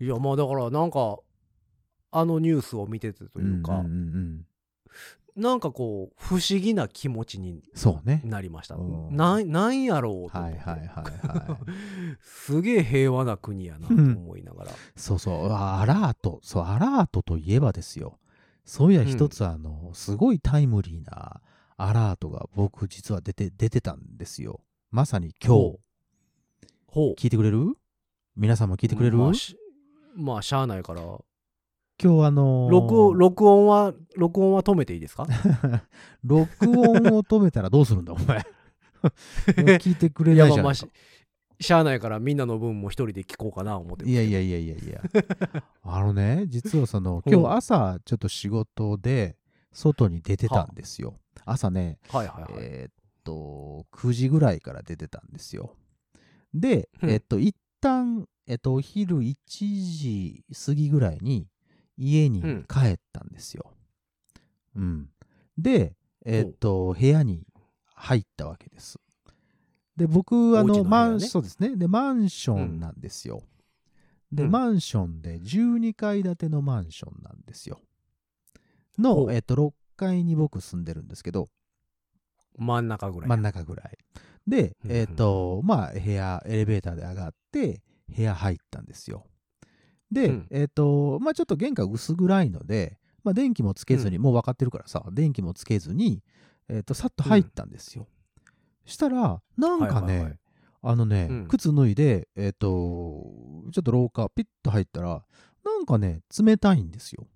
S2: いやまあだからなんかあのニュースを見ててと
S3: と
S2: いうか、
S3: んんうん
S2: なんかこう不思議な気持ちに
S3: そうね。
S2: なりました、
S3: うん
S2: なん、なんやろうと思
S3: は
S2: っ
S3: い
S2: て、
S3: はいはいはい。
S2: すげえ平和な国やなと思いながら、
S3: そうそう、あアラート、そう、アラートといえばですよ。そういや、一つ、あの、すごいタイムリーなアラートが僕、実は出て、出てたんですよ。まさに今日
S2: ほ。ほう
S3: 聞いてくれる皆さんも聞いてくれる、
S2: まあしまあしゃあないから
S3: 今日、あのー
S2: 録音録音は録音は止めていいです
S3: (laughs)
S2: か
S3: 録音を止めたらどうするんだ、お
S2: (laughs)
S3: 前。聞いてくれないじ
S2: ま
S3: ゃな
S2: あ
S3: い
S2: し
S3: か。
S2: しゃあないからみんなの分も一人で聞こうかな思って
S3: いやいやいやいやいや。あのね、実はその、
S2: うん
S3: 今日朝、ちょっと仕事で、外に出てたんですよ。朝ね、
S2: はいはいはい、
S3: えーっと、9時ぐらいから出てたんですよ。で、
S2: うん
S3: えっと、一旦、えっと、お昼1時過ぎぐらいに家に
S2: うん
S3: 帰ったんですよ。うん。で、えっと、部屋に入ったわけです。で、僕、あ
S2: お家の部屋
S3: の、
S2: ね
S3: マン、そうですね。で、マンションなんですよ。で、
S2: うん
S3: マンションで12階建てのマンションなんですよ。
S2: ほ
S3: の、
S2: う
S3: えっと、6階に僕住んでるんですけど、
S2: 真ん中ぐらい、
S3: 真ん中ぐらい。で、
S2: うん
S3: えっ、と、まあ、部屋、エレベーターで上がって、部屋入ったんですよ。で、
S2: うん
S3: えっ、と、まあ、ちょっと玄関薄暗いので、まあ、電気もつけずに、もう分かってるからさ、電気もつけずに、えっ、と、さっと入ったんですよ。したら、なんかね、
S2: はいはいはい
S3: あのね、
S2: うん
S3: 靴脱いで、えっ、と、ちょっと廊下、ピッと入ったら、なんかね、冷たいんですよ。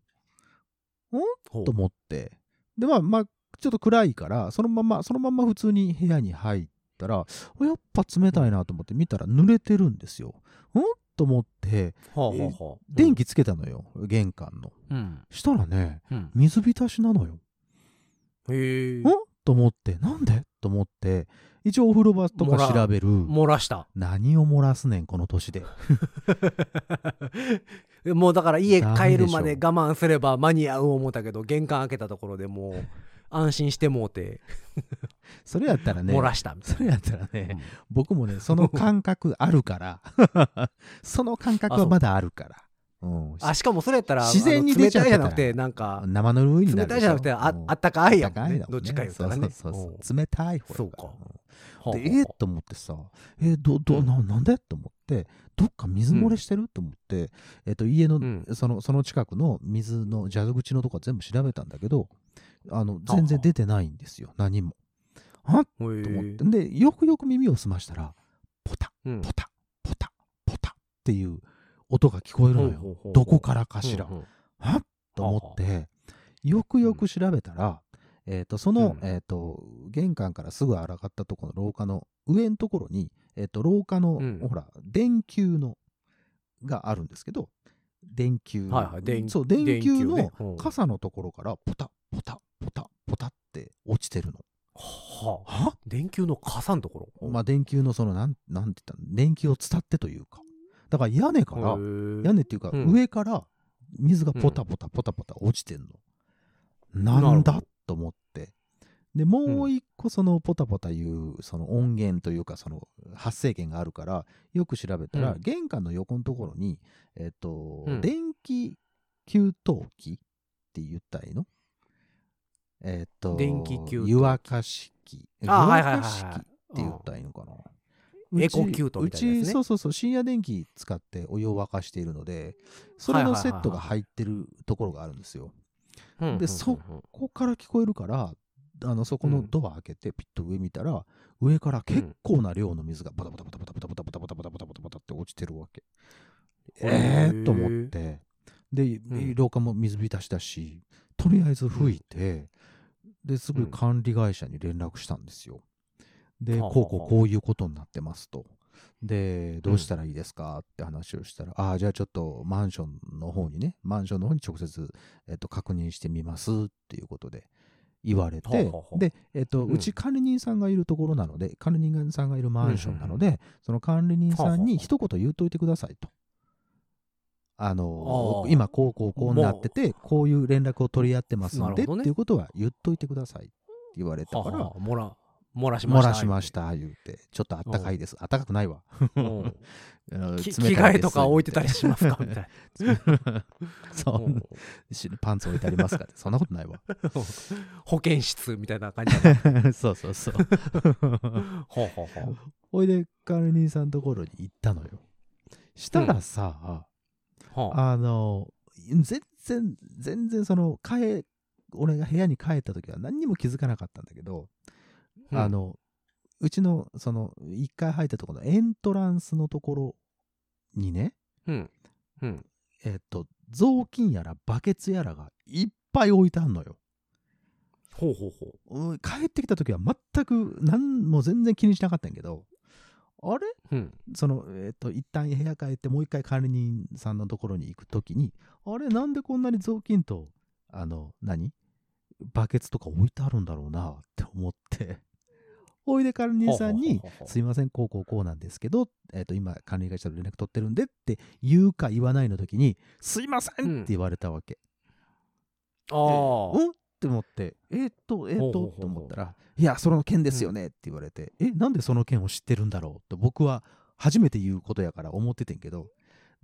S2: ほう
S3: と思ってでまあまあちょっと暗いからそのままそのまま普通に部屋に入ったらおやっぱ冷たいなと思って見たら濡れてるんですよ。んと思って
S2: はあはあはあ
S3: 電気つけたのよ、玄関の。
S2: うん、
S3: したらね
S2: うん
S3: 水浸しなのよ。
S2: うん、へえ
S3: んと思ってなんでと思って一応お風呂場とか調べる
S2: 漏らした (laughs)
S3: 何を漏らすねんこの年で。
S2: もうだから家
S3: ダメ
S2: 帰
S3: で
S2: る
S3: しょ
S2: まで我慢すれば間に合う思ったけど玄関開けたところでも
S3: (laughs)
S2: う安心してもうて
S3: それやったらね
S2: 漏らしたみたい
S3: それやったら (laughs) ね
S2: な、
S3: 僕もね、その感覚あるから、 (laughs) その感覚はまだあるから。うん
S2: あしかもそれやったら
S3: 自然に
S2: あの
S3: 出ちゃって
S2: 冷たいじゃ
S3: たら
S2: なくてなんか
S3: 生の上にな
S2: 冷
S3: るで
S2: た
S3: ょ
S2: いじゃなくてあ
S3: うん
S2: あったかいやん
S3: 高いだもんね
S2: どっちか言ったらね
S3: そうそうそう
S2: うん
S3: そう冷たい方
S2: そう
S3: や
S2: か
S3: ら
S2: はあ
S3: でえっと思ってさえどどななんでと思ってどっか水漏れしてると思ってえっと家の
S2: うん
S3: そのその近くの水の蛇口のとこは全部調べたんだけどあの
S2: あ
S3: 全然出てないんですよ何も。ああっ
S2: と
S3: と思って、でよくよく耳を澄ましたらポタ
S2: うん
S3: ポタポタポタっていう音が聞こえるのよ、
S2: ほうほうほうほう
S3: どこからかしら、
S2: うんうん
S3: はっと思ってよくよく調べたら、えー、とその、
S2: うん
S3: えー、と玄関からすぐ上がったところの廊下の上のところに、えー、と廊下の、
S2: うん
S3: ほら電球のがあるんですけど電球、
S2: はいはい電
S3: そう電球
S2: 電
S3: の
S2: 球ねうん
S3: 傘のところからポタポタポタポタって落ちてるの。
S2: はあ
S3: は
S2: 電球の傘のところ
S3: まあ、電球のそのなんなんて言ったの電球を伝ってというかだから屋根から屋
S2: 屋
S3: 根っていうか、
S2: うん
S3: 上から水がポタポタポタポタ落ちてんの、なん
S2: な
S3: だ
S2: る
S3: と思ってでも
S2: う
S3: うん一個そのポタポタいうその音源というかその発生源があるからよく調べたら、
S2: うん
S3: 玄関の横のところにえっ、と、
S2: うん
S3: 電気給湯器って言ったらいいのえっ、と
S2: 電気給湯器
S3: 湯沸かし器湯
S2: あはい
S3: 沸
S2: はいはい
S3: か
S2: はい
S3: し器って言ったらいいのかな、
S2: うん
S3: うち
S2: エコキュートみたいなやつね
S3: うちそうそうそう深夜電気使ってお湯を沸かしているのでそれのセットが入ってるところがあるんですよ、
S2: うん
S3: でそここから聞こえるからあのそこのドア開けてピッと上見たら、上から結構な量の水がバタバタバタバタバタバタバタバタバタバタバタって落ちてるわけえ
S2: へ
S3: ー
S2: ー
S3: と思ってで
S2: ん
S3: 廊下も水浸しだしとりあえず吹いてですぐ管理会社に連絡したんですよで
S2: はあはあ
S3: こうこうこういうことになってますとでどうしたらいいですかって話をしたら、ああじゃあちょっとマンションの方にねマンションの方に直接、えっと、確認してみますっていうことで言われて、
S2: はあはあ
S3: で、えっと
S2: うん
S3: うち管理人さんがいるところなので管理人さんがいるマンションなので、その管理人さんに一言言うといてくださいと。あの
S2: あー
S3: 今こうこうこうなっててこういう連絡を取り合ってますん
S2: なる
S3: で、
S2: ほどね
S3: っていうことは言っといてくださいって言われた
S2: は
S3: から、
S2: あはあ漏ら漏らしまし
S3: 漏
S2: た
S3: らしました言うてちょっとあったかいですあったかくないわ
S2: うん
S3: あ (laughs) の
S2: き着
S3: 冷
S2: 替
S3: たい
S2: え
S3: です
S2: とか置いてたりしますかみたいな
S3: (laughs) そ
S2: うん
S3: しパンツ置いてありますかってそんなことないわ
S2: 保健室みたいな感じだね
S3: (laughs) そうそうそう
S2: ほうほうほう
S3: おいで管理人さんのところに行ったのよしたらさ、
S2: ほう
S3: あの全然全然その帰俺が部屋に帰った時は何にも気づかなかったんだけど、
S2: うん
S3: あのうちのその1階入ったところのエントランスのところにね
S2: うんうん
S3: えっと雑巾やらバケツやらがいっぱい置いてあんのよ
S2: ほうほうほう
S3: うん帰ってきた時は全く何も全然気にしなかったんやけどあれ
S2: うん
S3: その、えっと一旦部屋帰ってもう一回管理人さんのところに行くときにあれなんでこんなに雑巾とあの何バケツとか置いてあるんだろうなって思っておいで管理人さん
S2: ほうほ
S3: に
S2: うほうほ
S3: 「
S2: う
S3: すいませんこうこうこうなんですけど、えっと今管理会社と連絡取ってるんで」って言うか言わないの時に「すいません!」って言われたわけ。
S2: ああ
S3: うんって思って、えーっと、えーっ
S2: ほうほう
S3: と
S2: ほう、ほう
S3: と思ったら、いや、その件ですよねって言われて、え、なんでその件を知ってるんだろうと僕は初めて言うことやから思っててんけど、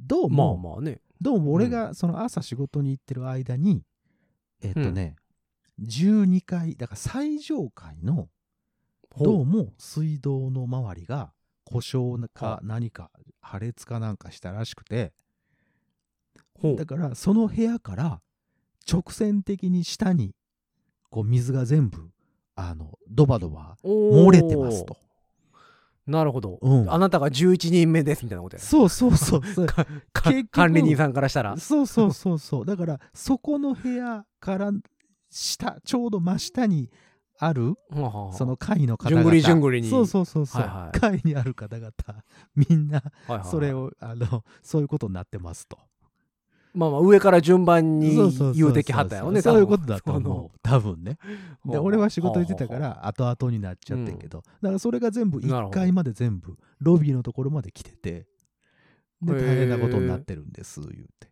S3: どう
S2: まあ
S3: も、
S2: まあね
S3: どうも俺がその朝仕事に行ってる間に、えーっとね、12階、だから最上階の、
S2: ほ
S3: どうも水道の周りが故障か何か破裂かなんかしたらしくて、
S2: ほう
S3: だからその部屋から直線的に下にこう水が全部あのドバドバ
S2: お
S3: 漏
S2: ー
S3: れてますと。
S2: なるほど、
S3: うん
S2: あなたが11人目ですみたいなことや
S3: そうそうそうそ
S2: (laughs)
S3: う
S2: かか
S3: (laughs) 結局
S2: 管理人さんからしたら
S3: そうそうそうそうだからそこの部屋から下ちょうど真下にあるそ
S2: そ
S3: の階の方々
S2: 順繰り順繰りに
S3: そうそうそうそう、
S2: はいは
S3: 階にある方々みんなそれ
S2: を
S3: をあのそういうことになってますと。
S2: まあまあ上から順番に
S3: そうそうそうそう
S2: 言うてきはったよね
S3: そういう
S2: 多
S3: こ
S2: 分
S3: とだと思う多分ね。
S2: その
S3: で
S2: ほう
S3: 俺は仕事行ってたか
S2: ほ
S3: ら後々になっちゃってんけど、だからそれが全部
S2: なるほど
S3: 1階まで全部ロビーのところまで来ててで
S2: へー
S3: 大変なことになってるんです言うて。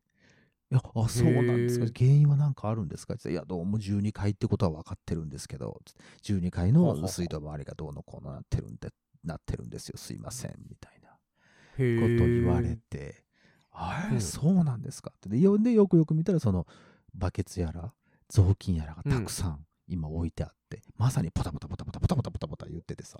S3: いやあそうなんですか
S2: へー
S3: 原因は何かあるんですか?」って言ったらいやどうも12階ってことは分かってるんですけど」12階
S2: ほうほうほ
S3: の
S2: う
S3: 水道周りがどうのこうのなってるんでなってるんですよすいません」みたいな
S2: うへ
S3: こと
S2: ー
S3: 言われて「あれ、
S2: うん
S3: そうなんですか」ってでよでよくよく見たらそのバケツやら雑巾やらがたくさん今置いてあって、まさにポタポタポタポタポタポタポタポタ言っててさ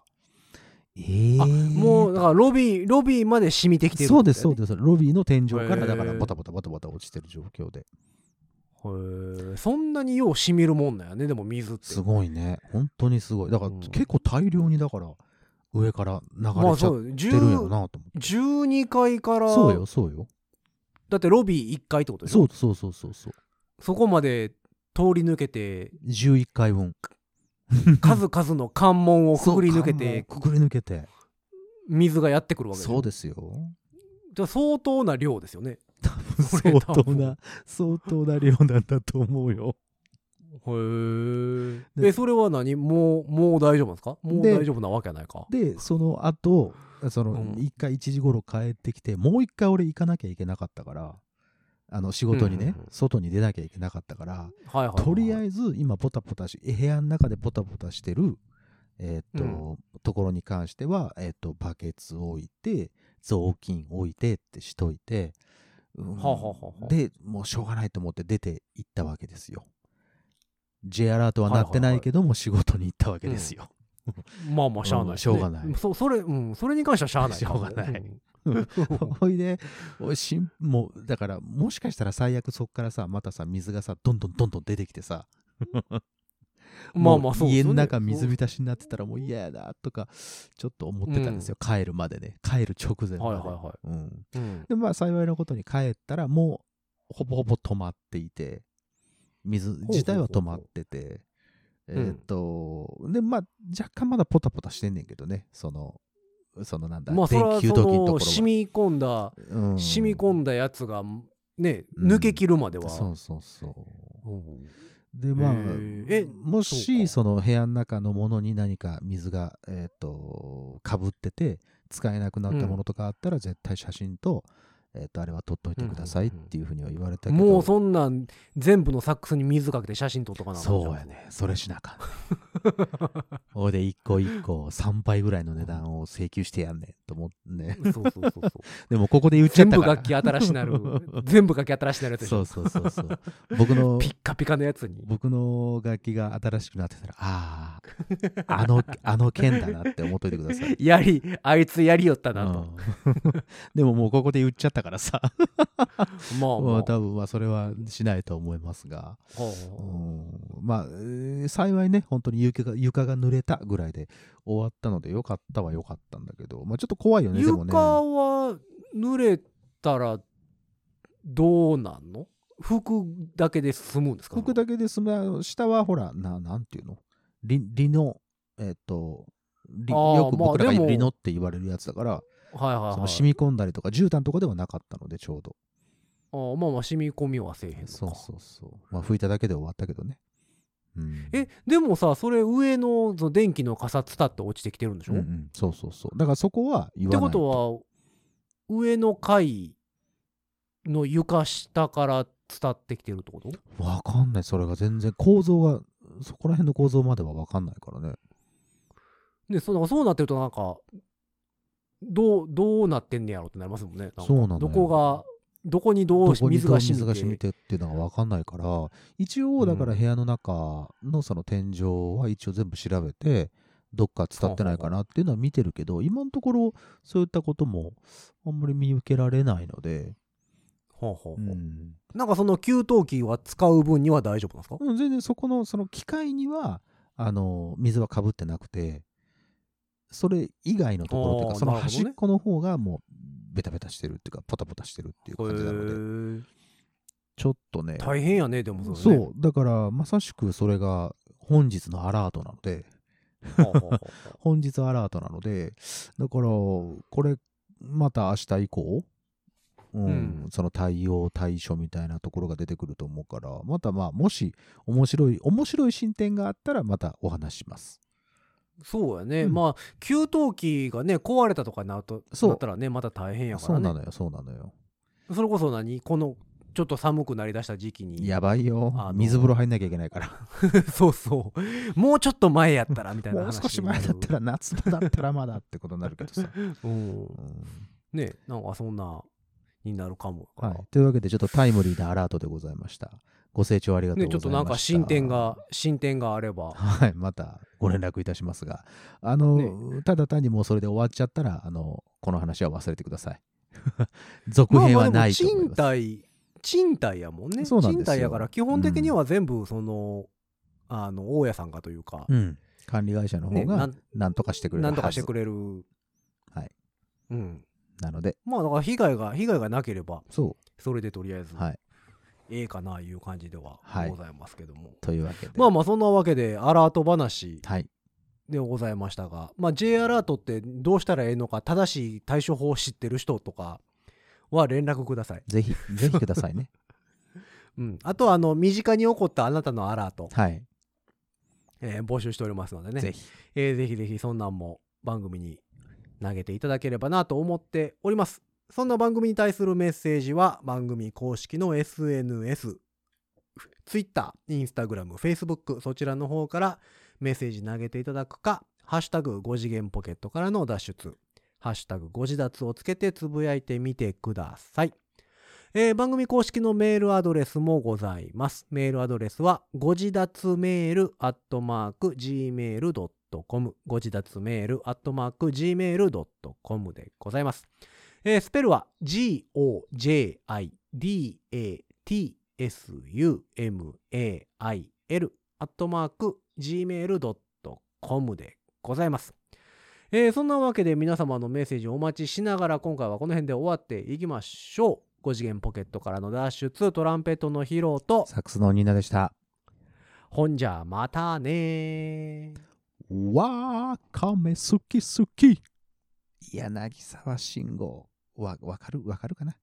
S3: えー、
S2: あもうだからロビーロビーまで染みてきてる
S3: そうですそう
S2: す
S3: ですロビーの天井か
S2: へ
S3: ら
S2: ー
S3: だからポタポタポタポタ落ちてる状況で
S2: へえそんなによう染みるもんなんやねでも水って
S3: すごいね本当にすごいだから、
S2: うん
S3: 結構大量にだから上から流
S2: ま
S3: れ
S2: あ
S3: ちゃ
S2: そ
S3: っ
S2: う
S3: てるんやろ
S2: 10
S3: なと思って、
S2: 12階から
S3: そうよそうよ
S2: だってロビー1階ってことでしょ
S3: そうそうそうそうそう
S2: そこまで通り抜けて
S3: 11回分
S2: 数々の関門をくぐり抜け
S3: そう
S2: て
S3: 関門をくぐり抜けて
S2: 水がやってくるわけでしょ
S3: そうです (laughs) よ
S2: じゃあ相当な量ですよね
S3: 多分
S2: これ
S3: 相
S2: 多分
S3: 当な相当な量なんだと思うよ
S2: へえ
S3: で
S2: えそれは何もうもう大丈夫なんですかもう
S3: で
S2: 大丈夫なわけないか
S3: (laughs) でその後その
S2: うん
S3: 1回1時頃帰ってきてもう1回俺行かなきゃいけなかったからあの仕事にね、
S2: うんうんうん
S3: 外に出なきゃいけなかったから
S2: はいはいはい
S3: とりあ
S2: ず
S3: えず今ポタポタし部屋の中でポタポタしてる、えーっとところに関しては、えーっとバケツ置いて雑巾置いてってしといて、うん
S2: はあはあはあはあ
S3: でもうしょうがないと思って出て行ったわけですよ。J アラートは鳴ってないけども仕事に行ったわけですよ。
S2: まあまあしゃあないですね、
S3: うんしょうがない
S2: そそれうんそれに関してはしゃあないかもね
S3: しょうがない
S2: ん
S3: (laughs) ほいでおいしんもうだからもしかしたら最悪そっからさまたさ水がさどんどんどんどん出てきてさ
S2: まあま
S3: も
S2: あ
S3: う
S2: そうです
S3: 家
S2: よね
S3: の中水浸しになってたらもう嫌やなとかちょっと思ってたんですよ、帰るまでね帰る直前ま
S2: は
S3: で、
S2: いはいは
S3: うん、
S2: そううん
S3: でまあ幸いなことに帰ったらもうほぼほぼ止まっていて水
S2: ほう
S3: 自体は止まってて
S2: う
S3: えーっと、でまあ若干まだポタポタしてんねんけどねそのそのなんだ、
S2: まあそれはそ
S3: 給湯器のところ
S2: の
S3: は
S2: 染み込んだ
S3: うん
S2: 染み込んだやつがね
S3: うん
S2: 抜けきるまでは、
S3: そうそうそう
S2: うん
S3: でまあ
S2: へーえ
S3: もし
S2: そ
S3: その部屋の中のものに何か水がえっ、とかぶってて使えなくなったものとかあったら絶対写真と,、えっとあれは撮っといてくださいっていうふうには言われたけど、
S2: もうそんなん全部のサックスに水かけて写真撮っとかなあかんじゃん
S3: そうやねそれしなあ
S2: (laughs)
S3: かんねおいで一個一個3倍ぐらいの値段を請求してやんねんと思ってね
S2: そうそうそう
S3: (laughs)
S2: そう
S3: でもここで言っちゃ
S2: 全
S3: った
S2: 部
S3: から
S2: 楽器新しなる全部楽器新しなるやつでし
S3: そ
S2: ょ
S3: うそうそうそう僕の
S2: (laughs) ピッカピカのやつに
S3: 僕の楽器が新しくなってたらあああのあの剣だなって思っといてください
S2: やりあいつやりよったなと、
S3: うん (laughs) でももうここで言っちゃったからさ、
S2: まあま
S3: ま
S2: あ
S3: あ、多分まあそれはしないと思いますが、
S2: ほう
S3: う
S2: ほ
S3: んまあ、えー幸いね本当に床が床が濡れたぐらいで終わったのでよかったはよかったんだけど、まあ、ちょっと怖いよ
S2: う
S3: ねでもね
S2: 床は濡れたらどうなんの服だけで済むんですか
S3: 服だけですまあ下はほらななんていうのリリノえっ、とリ
S2: あー
S3: よく僕らが
S2: まあでも
S3: リノって言われるやつだから、
S2: はいはい
S3: そ
S2: は
S3: の
S2: い
S3: 染み込んだりとか絨毯とかではなかったのでちょうど
S2: あーまあまあ染み込みはせえへんのか
S3: そうそうそうまあ拭いただけで終わったけどね、うん
S2: えでもさそれ上のその電気の傘伝って落ちてきてるんでしょ、
S3: うんう
S2: っ
S3: ん、そうそうそうだからそこは言わ
S2: て
S3: ない
S2: ことは上の階の床下から伝ってきてるってこと
S3: わかんないそれが全然構造がそこら辺の構造まではわかんないからね
S2: でそうだからそうなってるとなんかどうどうなってんねやろってなりますもんねなんか
S3: そうなのよ
S2: どこがどこにどう
S3: どこに
S2: 水
S3: どう
S2: が染
S3: 水が
S2: みて
S3: 染みてっていうのがわかんないから一応だから
S2: うん
S3: 部屋の中のその天井は一応全部調べてどっか伝ってないかなっていうのは見てるけど今のところそういったこともあんまり見受けられないので、
S2: ほうほ
S3: う、
S2: うほうんなんかその給湯器は使う分には大丈夫なんですか
S3: うん、全然そこのその機械にはあの水はかぶってなくてそれ以外のところっていう
S2: あ
S3: か
S2: ー
S3: その
S2: なるほど
S3: 端
S2: ね
S3: っこの方がもうベタベタしてるっていうかポタポタしてるっていう感じなので
S2: へえ
S3: ちょっとね
S2: 大変やねでもそ
S3: そ
S2: れね
S3: うだからまさしくそれが本日のアラートなので
S2: ほうほうほうほう
S3: 本日アラートなのでだからこれまた明日以降うん
S2: うん
S3: その対応対処みたいなところが出てくると思うからまたまあもし面白い面白い進展があったらまたお話しします
S2: (laughs) そうやね、
S3: うん
S2: まあ給湯器がね壊れたとかになると
S3: そう
S2: なったらねまた大変やか
S3: そ
S2: ら
S3: うな
S2: ね
S3: のよそうなのよ
S2: それこそ何このちょっと寒くなりだした時期に
S3: やばい
S2: あ
S3: よ
S2: の
S3: 水風呂入んなきゃいけないから
S2: (laughs) そうそうもうちょっと前やったらみたいな
S3: もう
S2: 話
S3: 少し前だった
S2: ら、
S3: ら夏場だったらまだってことになるけど
S2: (laughs)
S3: さ、
S2: うん
S3: うん
S2: ねなんかそんなになるかも、
S3: はい、というわけでちょっとタイムリーなアラートでございましたご清聴ありがと
S2: ね
S3: うご
S2: ち
S3: ざ
S2: ょ
S3: いま
S2: っ
S3: した
S2: となんか進展が進展があれば
S3: はい、またご連絡いたしますが、あの、ただ単にもうそれで終わっちゃった (laughs) ら、あの、この話は忘れてください。続編はないと思います。
S2: まあまあでも賃貸賃貸やもんね
S3: そうなんです
S2: 賃
S3: よ
S2: 貸やから基本的には全部その、あの大家さんがというか、
S3: うん管理会社の方
S2: ねな
S3: が
S2: ん
S3: なんとかしてくれる
S2: な
S3: は
S2: んと
S3: ず
S2: かしてくれる
S3: はい
S2: うん
S3: なので
S2: まあだから被害が被害がなければ
S3: そ
S2: それでとりあえず
S3: うはい
S2: ええかないう感じでは
S3: はい
S2: ございますけども、
S3: というわけで
S2: まあまあそんなわけでアラート話
S3: はい
S2: でございましたが、まあ、J アラートってどうしたらええのか正しい対処法を知ってる人とかは連絡ください、
S3: ぜひぜひくださ
S2: (laughs)
S3: いね
S2: うん、あとはあの身近に起こったあなたのアラート、
S3: はい
S2: えー募集しておりますのでね
S3: ぜひ
S2: えーぜひぜひそんなんも番組に投げていただければなと思っております。そんな番組に対するメッセージは番組公式の SNS、Twitter、Instagram、Facebook そちらの方からメッセージ投げていただくか、ハッシュタグ5次元ポケットからの脱出、ハッシュタグ5次脱をつけてつぶやいてみてください。えー番組公式のメールアドレスもございます。メールアドレスは、ご自立メールアットマーク gmail.com。ご自立メールアットマーク gmail.com でございます。えースペルは、g-o-j-i-d-a-t-s-u-m-a-i-l アットマーク gmail.com でございます。えーそんなわけで皆様のメッセージをお待ちしながら今回はこの辺で終わっていきましょう。5次元ポケットからの脱出トランペットのヒロと
S3: サックスのニーナでした
S2: ほんじゃまたねー。
S3: わーかめ好き好き柳沢慎吾わわかるわかるかな